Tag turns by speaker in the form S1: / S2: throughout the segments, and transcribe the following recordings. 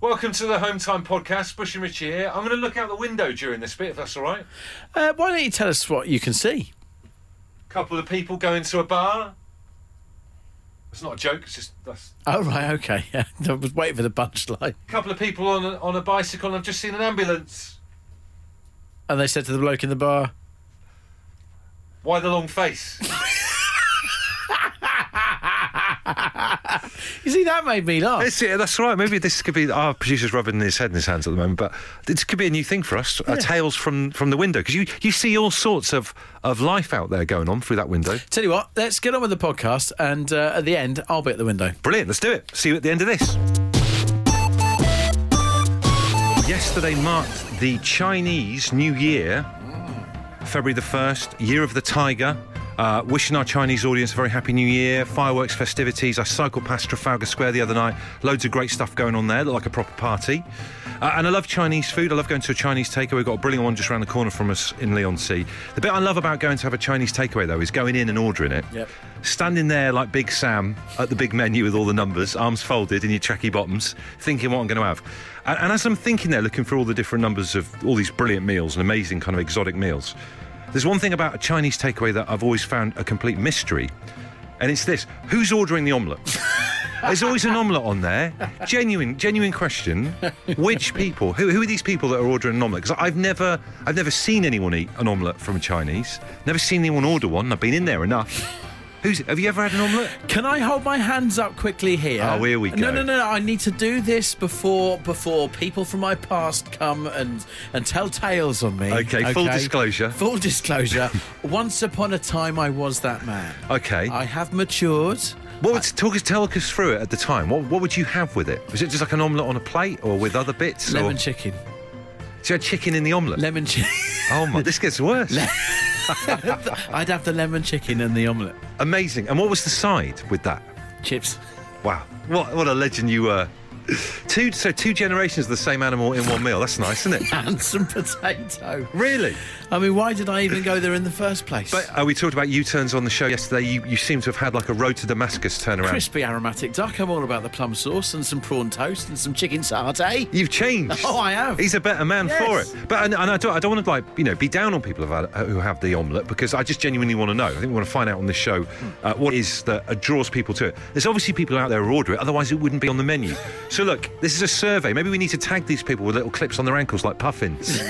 S1: Welcome to the Home Time Podcast. Bush and Richie here. I'm going to look out the window during this bit, if that's all right.
S2: Uh, why don't you tell us what you can see?
S1: Couple of people going to a bar. It's not a joke. It's just that's
S2: Oh, right, okay. Yeah. I was waiting for the punchline.
S1: couple of people on a, on a bicycle, and I've just seen an ambulance.
S2: And they said to the bloke in the bar,
S1: Why the long face?
S2: You see, that made me laugh.
S1: That's it, that's right. Maybe this could be our producer's rubbing his head in his hands at the moment, but this could be a new thing for us. Uh, tales from, from the window, because you, you see all sorts of, of life out there going on through that window.
S2: Tell you what, let's get on with the podcast, and uh, at the end, I'll be at the window.
S1: Brilliant. Let's do it. See you at the end of this. Yesterday marked the Chinese New Year, February the 1st, Year of the Tiger. Uh, wishing our Chinese audience a very happy new year, fireworks, festivities. I cycled past Trafalgar Square the other night. Loads of great stuff going on there, looked like a proper party. Uh, and I love Chinese food. I love going to a Chinese takeaway. We've got a brilliant one just around the corner from us in Leon Sea. The bit I love about going to have a Chinese takeaway, though, is going in and ordering it
S2: Yep.
S1: standing there like Big Sam at the big menu with all the numbers, arms folded in your tracky bottoms, thinking what I'm going to have. And, and as I'm thinking there, looking for all the different numbers of all these brilliant meals and amazing kind of exotic meals, there's one thing about a Chinese takeaway that I've always found a complete mystery, and it's this: who's ordering the omelette? There's always an omelette on there. Genuine, genuine question. Which people? Who, who are these people that are ordering an omelette? Because I've never, I've never seen anyone eat an omelette from a Chinese. Never seen anyone order one. I've been in there enough. Who's? Have you ever had an omelette?
S2: Can I hold my hands up quickly here?
S1: Oh, here we go.
S2: No, no, no, no. I need to do this before before people from my past come and and tell tales on me.
S1: Okay, full disclosure.
S2: Full disclosure. Once upon a time, I was that man.
S1: Okay.
S2: I have matured.
S1: what would talk us tell us through it at the time? What what would you have with it? Was it just like an omelette on a plate or with other bits?
S2: Lemon
S1: or,
S2: chicken.
S1: so you had chicken in the omelette.
S2: Lemon chicken.
S1: oh my, this gets worse.
S2: I'd have the lemon chicken and the omelette.
S1: Amazing. And what was the side with that?
S2: Chips.
S1: Wow. What what a legend you were. Two so two generations of the same animal in one meal. That's nice, isn't it?
S2: And some potato.
S1: Really?
S2: I mean, why did I even go there in the first place?
S1: But uh, we talked about U-turns on the show yesterday. You, you seem to have had like a road to Damascus turnaround.
S2: Crispy aromatic duck. I'm all about the plum sauce and some prawn toast and some chicken satay.
S1: You've changed.
S2: Oh, I have.
S1: He's a better man
S2: Yes.
S1: for it. But and, and I don't, I don't want to like you know be down on people who have, who have the omelette because I just genuinely want to know. I think we want to find out on this show uh, what is that uh, draws people to it. There's obviously people out there who order it, otherwise it wouldn't be on the menu. so look, this is a survey. Maybe we need to tag these people with little clips on their ankles like puffins.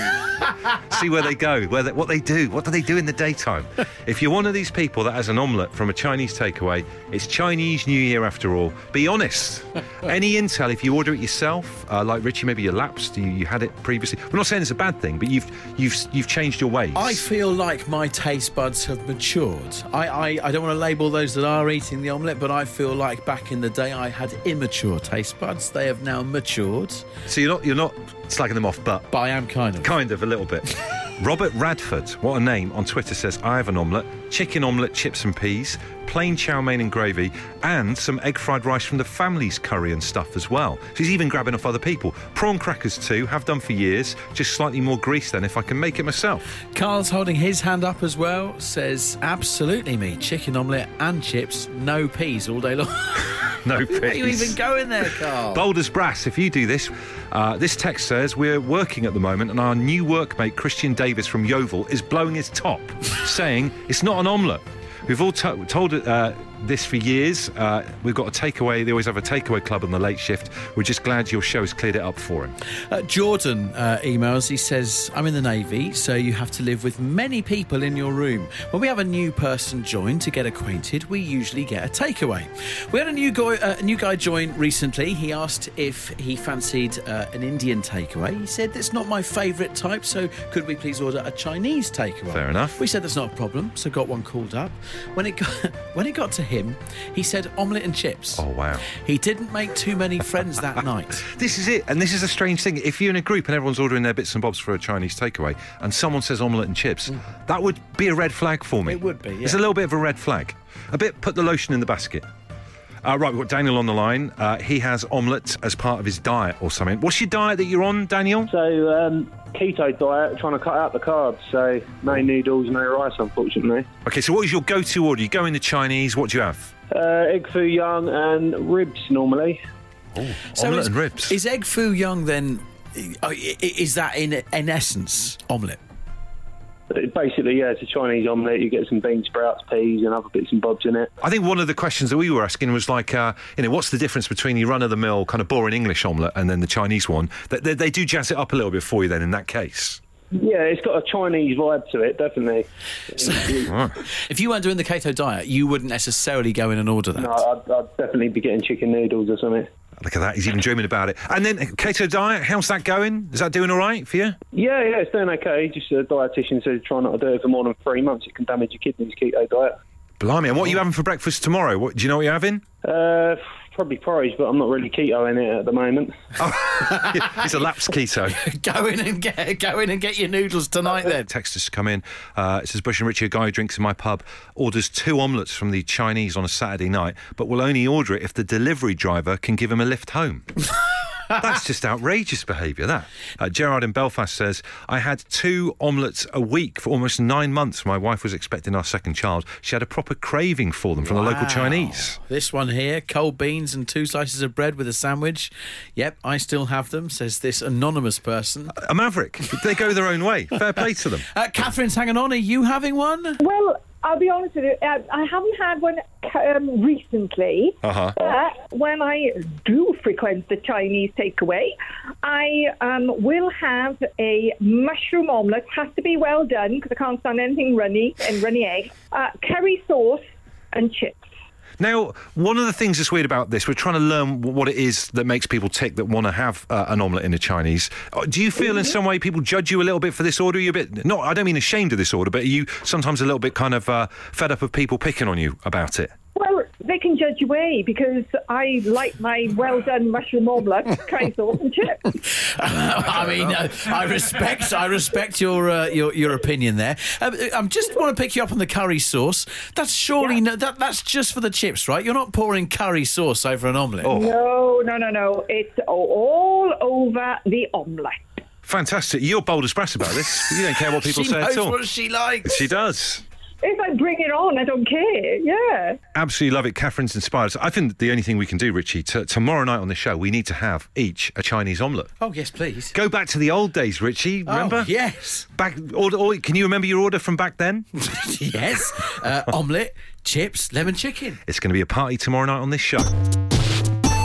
S1: See where they go, where they, what they do, what do they do in the daytime. if you're one of these people that has an omelette from a Chinese takeaway, it's Chinese New Year after all. Be honest. Any intel, if you order it yourself, uh, like Richie, maybe you lapsed, you, you had it previously. We're not saying it's a bad thing, but you've you've you've changed your ways.
S2: I feel like my taste buds have matured. I, I, I don't want to label those that are eating the omelette, but I feel like back in the day I had immature taste buds. They have now matured,
S1: so you're not you're not slagging them off, but
S2: but I am kind of.
S1: kind of a little bit. Robert Radford, what a name, on Twitter says, I have an omelette, chicken omelette, chips and peas, plain chow mein and gravy, and some egg fried rice from the family's curry and stuff as well. So he's even grabbing off other people. Prawn crackers too, have done for years, just slightly more grease than if I can make it myself.
S2: Carl's holding his hand up as well, says, Absolutely me. Chicken omelette and chips, no peas all day long.
S1: No
S2: Why are you
S1: peas.
S2: even going there, Carl?
S1: Boulders Brass, if you do this, uh, this text says we're working at the moment, and our new workmate Christian Davis from Yeovil is blowing his top, saying it's not an omelette. We've all to- told uh, this for years. Uh, we've got a takeaway. They always have a takeaway club on the late shift. We're just glad your show has cleared it up for him.
S2: Uh, Jordan uh, emails. He says, I'm in the Navy, so you have to live with many people in your room. When we have a new person join to get acquainted, we usually get a takeaway. We had a new guy, uh, a new guy join recently. He asked if he fancied uh, an Indian takeaway. He said, That's not my favourite type, so could we please order a Chinese takeaway?
S1: Fair enough.
S2: We said that's not a problem, so got one called up. When it got, when it got to him, he said omelette and chips.
S1: Oh, wow.
S2: He didn't make too many friends that night.
S1: This is it, and this is a strange thing. If you're in a group and everyone's ordering their bits and bobs for a Chinese takeaway, and someone says omelette and chips, that would be a red flag for me.
S2: Mm. It would be, yeah.
S1: It's a little bit of a red flag. A bit. Put the lotion in the basket. Uh, right, we've got Daniel on the line. Uh, he has omelette as part of his diet or something. What's your diet that you're on, Daniel?
S3: So um, keto diet, trying to cut out the carbs. So no noodles, no rice, unfortunately.
S1: Okay, so what is your go-to order? You go in the Chinese. What do you have?
S3: Uh, egg foo young and ribs normally.
S1: omelette
S2: is,
S1: and ribs.
S2: Is egg foo young then? oh, i- i- Is that in in essence omelette?
S3: But basically, yeah, it's a Chinese omelette. You get some bean sprouts, peas, and other bits and bobs in it.
S1: I think one of the questions that we were asking was like, uh, you know, what's the difference between your run of the mill, kind of boring English omelette and then the Chinese one? They, they, they do jazz it up a little bit for you then in that case.
S3: Yeah, it's got a Chinese vibe to it, definitely.
S2: If you weren't doing the keto diet, you wouldn't necessarily go in and order that.
S3: No, I'd, I'd definitely be getting chicken noodles or something.
S1: Look at that, he's even dreaming about it. And then uh, keto diet, how's that going? Is that doing all right for you?
S3: Yeah, yeah, it's doing okay. Just a dietitian says try not to do it for more than three months. It can damage your kidneys. Keto diet.
S1: Blimey, and what are you having for breakfast tomorrow? What, do you know what you're having?
S3: Uh, probably porridge, but I'm not really keto in it at the moment.
S1: it's a lapsed keto.
S2: Go in and get go in and get your noodles tonight then.
S1: Text us to come in. Uh, it says Bush and Richie, a guy who drinks in my pub, orders two omelettes from the Chinese on a Saturday night, but will only order it if the delivery driver can give him a lift home. That's just outrageous behaviour, that. Uh, Gerard in Belfast says, I had two omelettes a week for almost nine months. My wife was expecting our second child. She had a proper craving for them from the local
S2: Wow.
S1: Chinese.
S2: This one here, cold beans and two slices of bread with a sandwich. Yep, I still have them, says this anonymous person.
S1: A maverick. they go their own way. Fair play to them.
S2: Uh, Catherine's hanging on. Are you having one?
S4: Well, I'll be honest with you. uh, I haven't had one um, recently.
S1: Uh-huh.
S4: But when I do frequent the Chinese takeaway, I um, will have a mushroom omelette. Has to be well done because I can't stand anything runny and runny eggs. Uh, curry sauce and chips.
S1: Now, one of the things that's weird about this, we're trying to learn wh- what it is that makes people tick that want to have uh, an omelette in a Chinese. Uh, Do you feel in
S2: Mm-hmm.
S1: some way people judge you a little bit for this order? Are you a bit, not, I don't mean ashamed of this order, but are you sometimes a little bit kind of uh, fed up of people picking on you about it?
S4: Well, they can judge away because I like my well done mushroom omelette, curry sauce and chips.
S2: I mean, uh, I respect, I respect your uh, your your opinion there. Um, I'm just want to pick you up on the curry sauce. That's surely no, that that's just for the chips, right? You're not pouring curry sauce over an omelette.
S1: Oh,
S4: No, no, no, no. It's all over the omelette.
S1: Fantastic. You're bold as brass about this. You don't care what people
S2: she
S1: say at
S2: knows
S1: all.
S2: what she likes.
S1: she does.
S4: If I bring it on, I don't care. Yeah.
S1: Absolutely love it. Catherine's inspired us. I think the only thing we can do, Richie, t- tomorrow night on the show, we need to have each a Chinese omelette.
S2: Oh yes, please.
S1: Go back to the old days, Richie. Remember?
S2: Oh, yes,
S1: Back order, or, can you remember your order from back then?
S2: yes. Uh, omelette, chips, lemon chicken.
S1: It's going to be a party tomorrow night on this show.
S2: Now,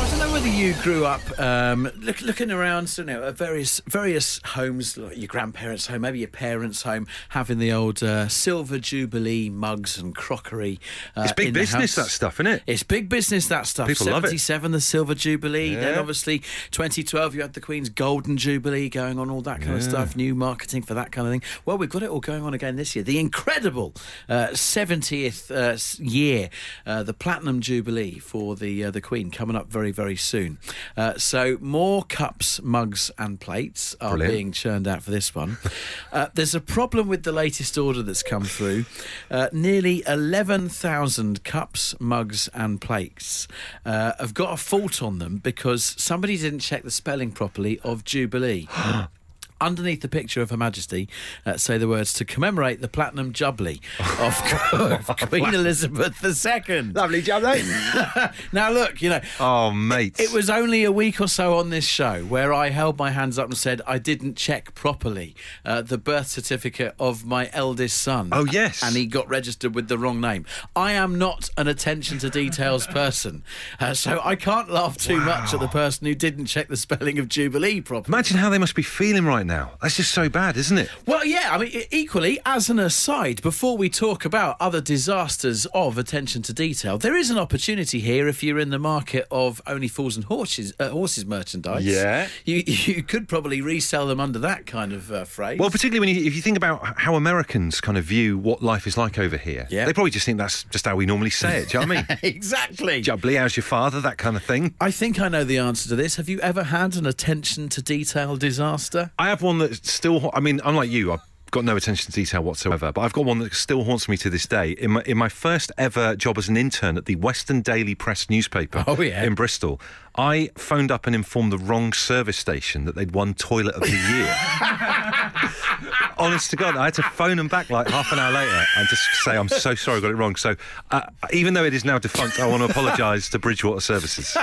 S2: I don't know whether you grew up um, look, looking around, so, you know, at various various homes, like your grandparents' home, maybe your parents' home, having the old uh, silver jubilee mugs and crockery. Uh,
S1: It's big
S2: in the
S1: business,
S2: house.
S1: that stuff, isn't it?
S2: It's big business that stuff.
S1: People love it.
S2: 77, the Silver Jubilee. Then
S1: Yeah.
S2: obviously 2012, you had the Queen's Golden Jubilee going on, all that kind of stuff. New marketing for that kind of thing. Well, we've got it all going on again this year. The incredible uh, 70th uh, s- year, uh, the Platinum Jubilee for the uh, the Queen coming up very very soon. Uh, so more cups, mugs, and plates are
S1: Brilliant.
S2: being churned out for this one. uh, there's a problem with the latest order that's come through. Uh, nearly 11,000 cups, mugs, and plates uh, have got a fault on them because somebody didn't check the spelling properly of Jubilee. Underneath the picture of Her Majesty, uh, say the words to commemorate the platinum jubilee of, of Queen Elizabeth II.
S1: Lovely job, mate.
S2: Now, look, you know,
S1: oh, mate.
S2: it was only a week or so on this show where I held my hands up and said I didn't check properly uh, the birth certificate of my eldest son.
S1: Oh, yes.
S2: and he got registered with the wrong name. I am not an attention to details person, uh, so I can't laugh too much at the person who didn't check the spelling of Jubilee properly.
S1: Imagine how they must be feeling right now. That's just so bad, isn't it?
S2: Well, yeah, I mean, e- equally, as an aside, before we talk about other disasters of attention to detail, there is an opportunity here if you're in the market of only fools and horses, uh, horses merchandise.
S1: Yeah.
S2: You, you could probably resell them under that kind of uh, phrase.
S1: Well, particularly when you, if you think about how Americans kind of view what life is like over here,
S2: Yeah.
S1: they probably just think that's just how we normally say it. Do you know what I mean?
S2: exactly.
S1: Jubbly, how's your father? That kind of thing.
S2: I think I know the answer to this. Have you ever had an attention to detail disaster?
S1: I have one that's still. I mean, unlike you, I got no attention to detail whatsoever. But I've got one that still haunts me to this day. In my, in my first ever job as an intern at the Western Daily Press newspaper
S2: Oh, yeah.
S1: in Bristol, I phoned up and informed the wrong service station that they'd won Toilet of the Year. Honest to God, I had to phone them back like half an hour later and just say, I'm so sorry I got it wrong. So, uh, even though it is now defunct, I want to apologise to Bridgewater Services.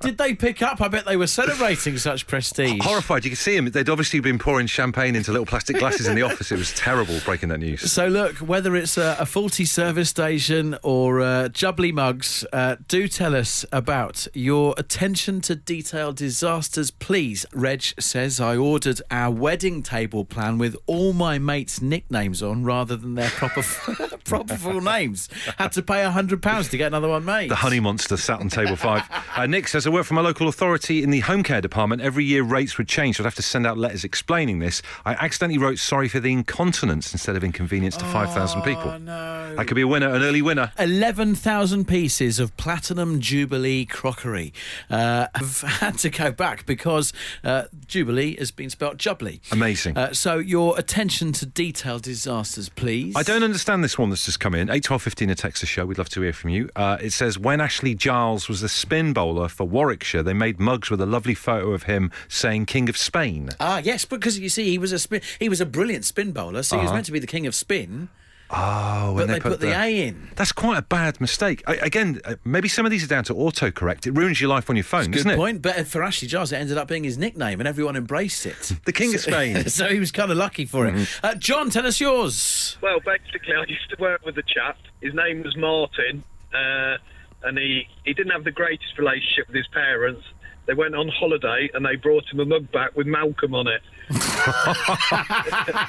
S2: Did they pick up? I bet they were celebrating such prestige.
S1: Horrified, you could see them. They'd obviously been pouring champagne into little plastic glasses in the office. It was terrible breaking that news.
S2: So, look, whether it's a, a faulty service station or uh, jubbly mugs, uh, do tell us about your attention to detail disasters, please. Reg says, I ordered our wedding table plan with all my mates' nicknames on rather than their proper, proper full names. Had to pay £100 to get another one made.
S1: The honey monster sat on table five. Uh, Nick says, I work for my local authority in the home care department. Every year rates would change, so I'd have to send out letters explaining this. I accidentally wrote sorry for the incontinence instead of inconvenience to 5,000 people.
S2: no.
S1: That could be a winner, an early winner.
S2: 11,000 pieces of Platinum Jubilee crockery uh, have had to go back because uh, Jubilee has been spelt jubbly.
S1: Amazing.
S2: Uh, so, your attention to detail disasters, please.
S1: I don't understand this one that's just come in. 81215 a Texas show. We'd love to hear from you. Uh, it says When Ashley Giles was the spin bowler for Warwickshire, they made mugs with a lovely photo of him saying King of Spain.
S2: Ah, yes, because you see, he was a spin, he was a brilliant spin bowler, so he
S1: Uh-huh.
S2: was meant to be the king of spin,
S1: Oh,
S2: but they, put, the, A in.
S1: That's quite a bad mistake. I, again, uh, maybe some of these are down to autocorrect. It ruins your life on your phone,
S2: Good
S1: doesn't
S2: point. But for Ashley Giles, it ended up being his nickname, and everyone embraced it.
S1: it? The King of Spain. Mm-hmm.
S2: so he was kind of lucky for it. Uh, John, tell us yours.
S5: Well, basically, I used to work with a chap. His name was Martin, uh, and he, he didn't have the greatest relationship with his parents. They went on holiday and they brought him a mug back with Malcolm on it.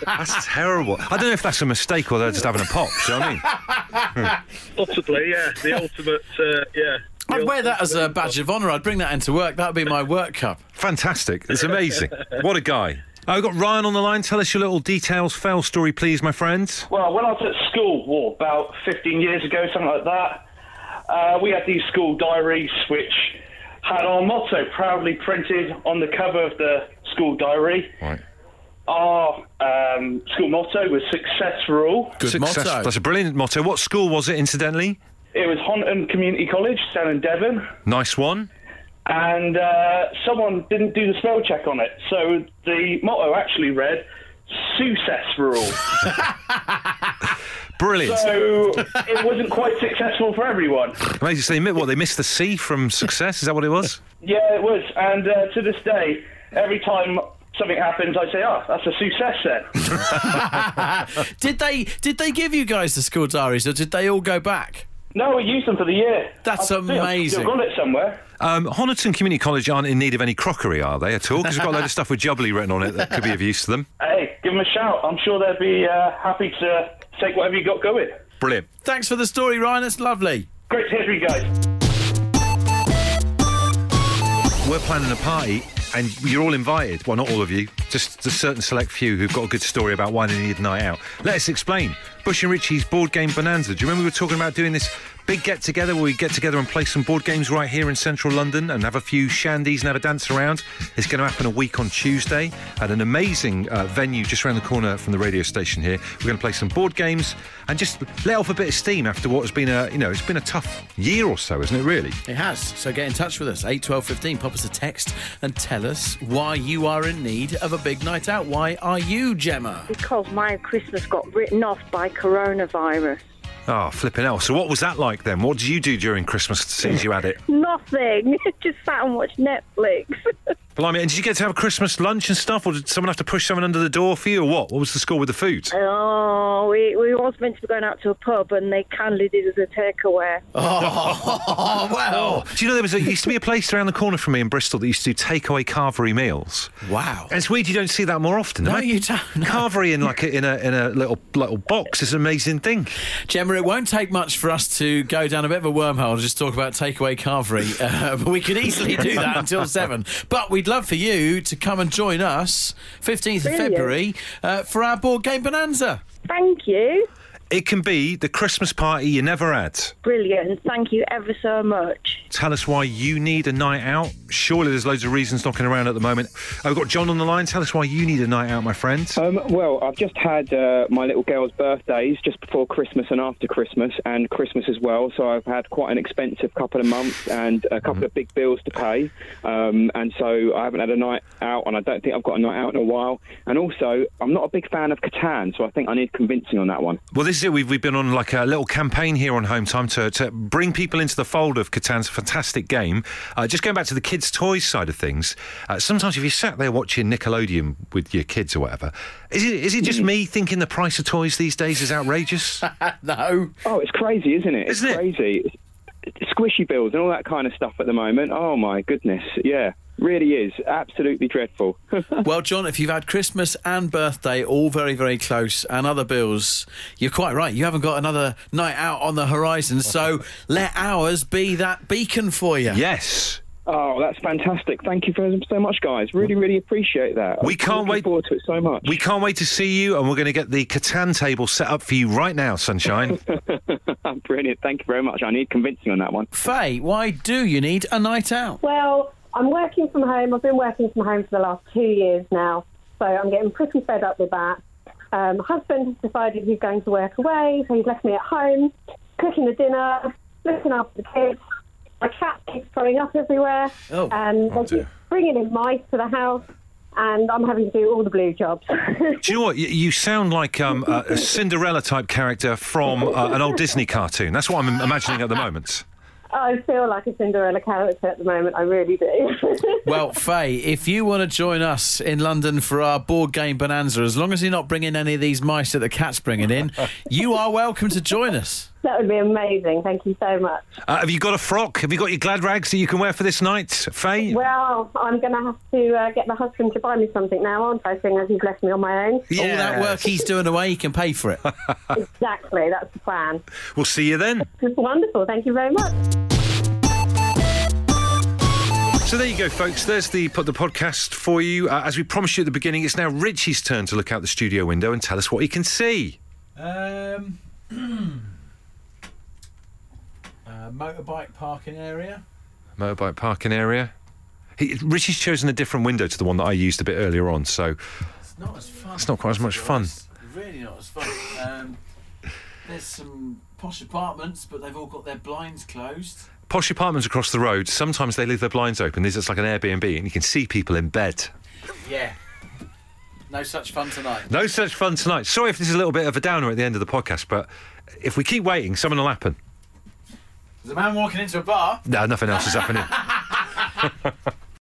S1: that's terrible. I don't know if that's a mistake or they're just having a pop. Do you know what I mean?
S5: Possibly, yeah, the ultimate, uh, yeah. the
S2: I'd wear that as
S5: ultimate
S2: a
S5: mug
S2: badge of honour. I'd bring that into work. That would be my work cup.
S1: Fantastic. It's amazing. what a guy. Oh, we've got Ryan on the line. Tell us your little details, fail story, please, my friend.
S6: Well, when I was at school, well, about 15 years ago, something like that, uh, we had these school diaries which had our motto proudly printed on the cover of the school diary.
S1: Right.
S6: Our um, school motto was success for all.
S2: Good
S1: Success-
S2: motto.
S1: That's a brilliant motto. What school was it, incidentally?
S6: It was Honton Community College down in Devon,
S1: Nice one.
S6: and uh, someone didn't do the spell check on it, so the motto actually read success for all.
S1: Brilliant.
S6: so it wasn't quite successful for everyone.
S1: Amazing. So they, mi- what, they missed the C from success? Is that what it was?
S6: Yeah, it was. And uh, to this day, every time something happens, I say, oh, that's a success then.
S2: did they did they give you guys the school diaries, or did they all go back?
S6: no, we used them for the year.
S2: That's
S6: I think
S2: amazing.
S6: I've still got it somewhere.
S1: Um, Honiton Community College aren't in need of any crockery, are they, at all? Because we've got a load of stuff with jubbly written on it that could be of use to them.
S6: Hey, give them a shout. I'm sure they'd be uh, happy to take whatever you got going.
S1: Brilliant.
S2: Thanks for the story, Ryan. That's lovely.
S6: Great to hear from you guys.
S1: We're planning a party, and you're all invited. Well, not all of you, just a certain select few who've got a good story about why they need a night out. Let us explain. Bush and Richie's board game bonanza. Do you remember we were talking about doing this big get together where we get together and play some board games right here in central London and have a few shandies and have a dance around? It's going to happen a week on Tuesday at an amazing uh, venue just around the corner from the radio station here. We're going to play some board games and just let off a bit of steam after what has been a you know it's been a tough year or so, isn't it? Really.
S2: It has. So get in touch with us, 8 12 15. Pop us a text and tell us why you are in need of a big night out. Why are you, Gemma?
S7: because my Christmas got written off by coronavirus.
S1: Oh, flipping hell. So, what was that like then? What did you do during Christmas as soon as you had it?
S7: Nothing. Just sat and watched Netflix.
S1: Blimey, and did you get to have Christmas lunch and stuff, or did someone have to push someone under the door for you, or what? What was the score with the food?
S7: oh, we, we was meant to be going out to a pub and they kindly did us a takeaway.
S2: Oh, well.
S1: Do you know there was a, used to be a place around the corner from me in Bristol that used to do takeaway carvery meals?
S2: Wow.
S1: And it's weird you don't see that more often.
S2: No,
S1: right?
S2: you don't, no.
S1: Carvery in like a, in a in a little little box is an amazing thing.
S2: Gemma, it won't take much for us to go down a bit of a wormhole and just talk about takeaway carvery. Uh, but we could easily do that until seven. But we'd love for you to come and join us 15th of
S7: Brilliant.
S2: February uh, for our board game bonanza.
S7: Thank you.
S1: It can be the Christmas party you're never at.
S7: Brilliant. Thank you ever so much.
S1: Tell us why you need a night out. Surely there's loads of reasons knocking around at the moment. I've got John on the line. Tell us why you need a night out, my friend.
S8: Um, well, I've just had uh, my little girl's birthdays just before Christmas and after Christmas, and Christmas as well. So I've had quite an expensive couple of months and a couple of big bills to pay. Um, and so I haven't had a night out, and I don't think I've got a night out in a while. And also, I'm not a big fan of Catan, so I think I need convincing on that one.
S1: Well, this is it. We've, we've been on like a little campaign here on Home Time to, to bring people into the fold of Catan's fantastic game. Uh, just going back to the kids' toys side of things, uh, sometimes if you sat there watching Nickelodeon with your kids or whatever, is it, is it just me thinking the price of toys these days is outrageous?
S2: no.
S8: Oh, it's crazy, isn't it?
S1: Isn't it?
S8: it's crazy. It's squishy bills and all that kind of stuff at the moment. Oh my goodness, yeah, really is absolutely dreadful.
S2: Well, John, if you've had Christmas and birthday all very, very close and other bills, you're quite right. You haven't got another night out on the horizon. So let ours be that beacon for you.
S1: yes.
S8: oh, that's fantastic. Thank you very so much, guys. Really, really appreciate that.
S1: We
S8: I'm
S1: can't
S8: looking
S1: wait-
S8: forward to it so much.
S1: We can't wait to see you, and we're going to get the Catan table set up for you right now, Sunshine.
S8: Oh, Brilliant. Thank you very much. I need convincing on that one.
S2: Faye, why do you need a night out?
S9: Well, I'm working from home. I've been working from home for the last two years now, so I'm getting pretty fed up with that. Um, husband has decided he's going to work away, so he's left me at home, cooking the dinner, looking after the kids. My cat keeps throwing up everywhere,
S2: Oh.
S9: and
S1: Oh,
S9: they
S1: dear.
S9: keep bringing in mice to the house, and I'm having to do all the blue jobs.
S1: Do you know what? You, you sound like um, a, a Cinderella type character from uh, an old Disney cartoon. That's what I'm imagining at the moment.
S9: I feel like a Cinderella character at the moment. I really do.
S2: Well, Faye, if you want to join us in London for our board game bonanza, as long as you're not bringing any of these mice that the cat's bringing in, you are welcome to join us.
S9: that would be amazing. Thank you so much.
S1: Uh, have you got a frock? Have you got your glad rags that you can wear for this night, Faye?
S9: Well, I'm going to have to uh, get my husband to buy me something now, aren't I? Seeing as he's left me on my own.
S1: Yes.
S2: All that work he's doing away, he can pay for it.
S9: Exactly, that's the plan.
S1: We'll see you then.
S9: It's wonderful. Thank you very much.
S1: So there you go, folks. There's the put the podcast for you. Uh, as we promised you at the beginning, it's now Richie's turn to look out the studio window and tell us what he can see.
S2: Um, uh, motorbike parking area.
S1: Motorbike parking area. He, Richie's chosen a different window to the one that I used a bit earlier on. So
S2: It's not as fun.
S1: It's not quite as much
S2: to be
S1: fun.
S2: honest. Really not as fun. Um, there's some posh apartments, but they've all got their blinds closed.
S1: posh apartments across the road. Sometimes they leave their blinds open. This is like an Airbnb, and you can see people in bed.
S2: Yeah. No such fun tonight.
S1: No such fun tonight. Sorry if this is a little bit of a downer at the end of the podcast, but if we keep waiting, something will happen.
S2: There's a man walking into a bar.
S1: No, nothing else is happening.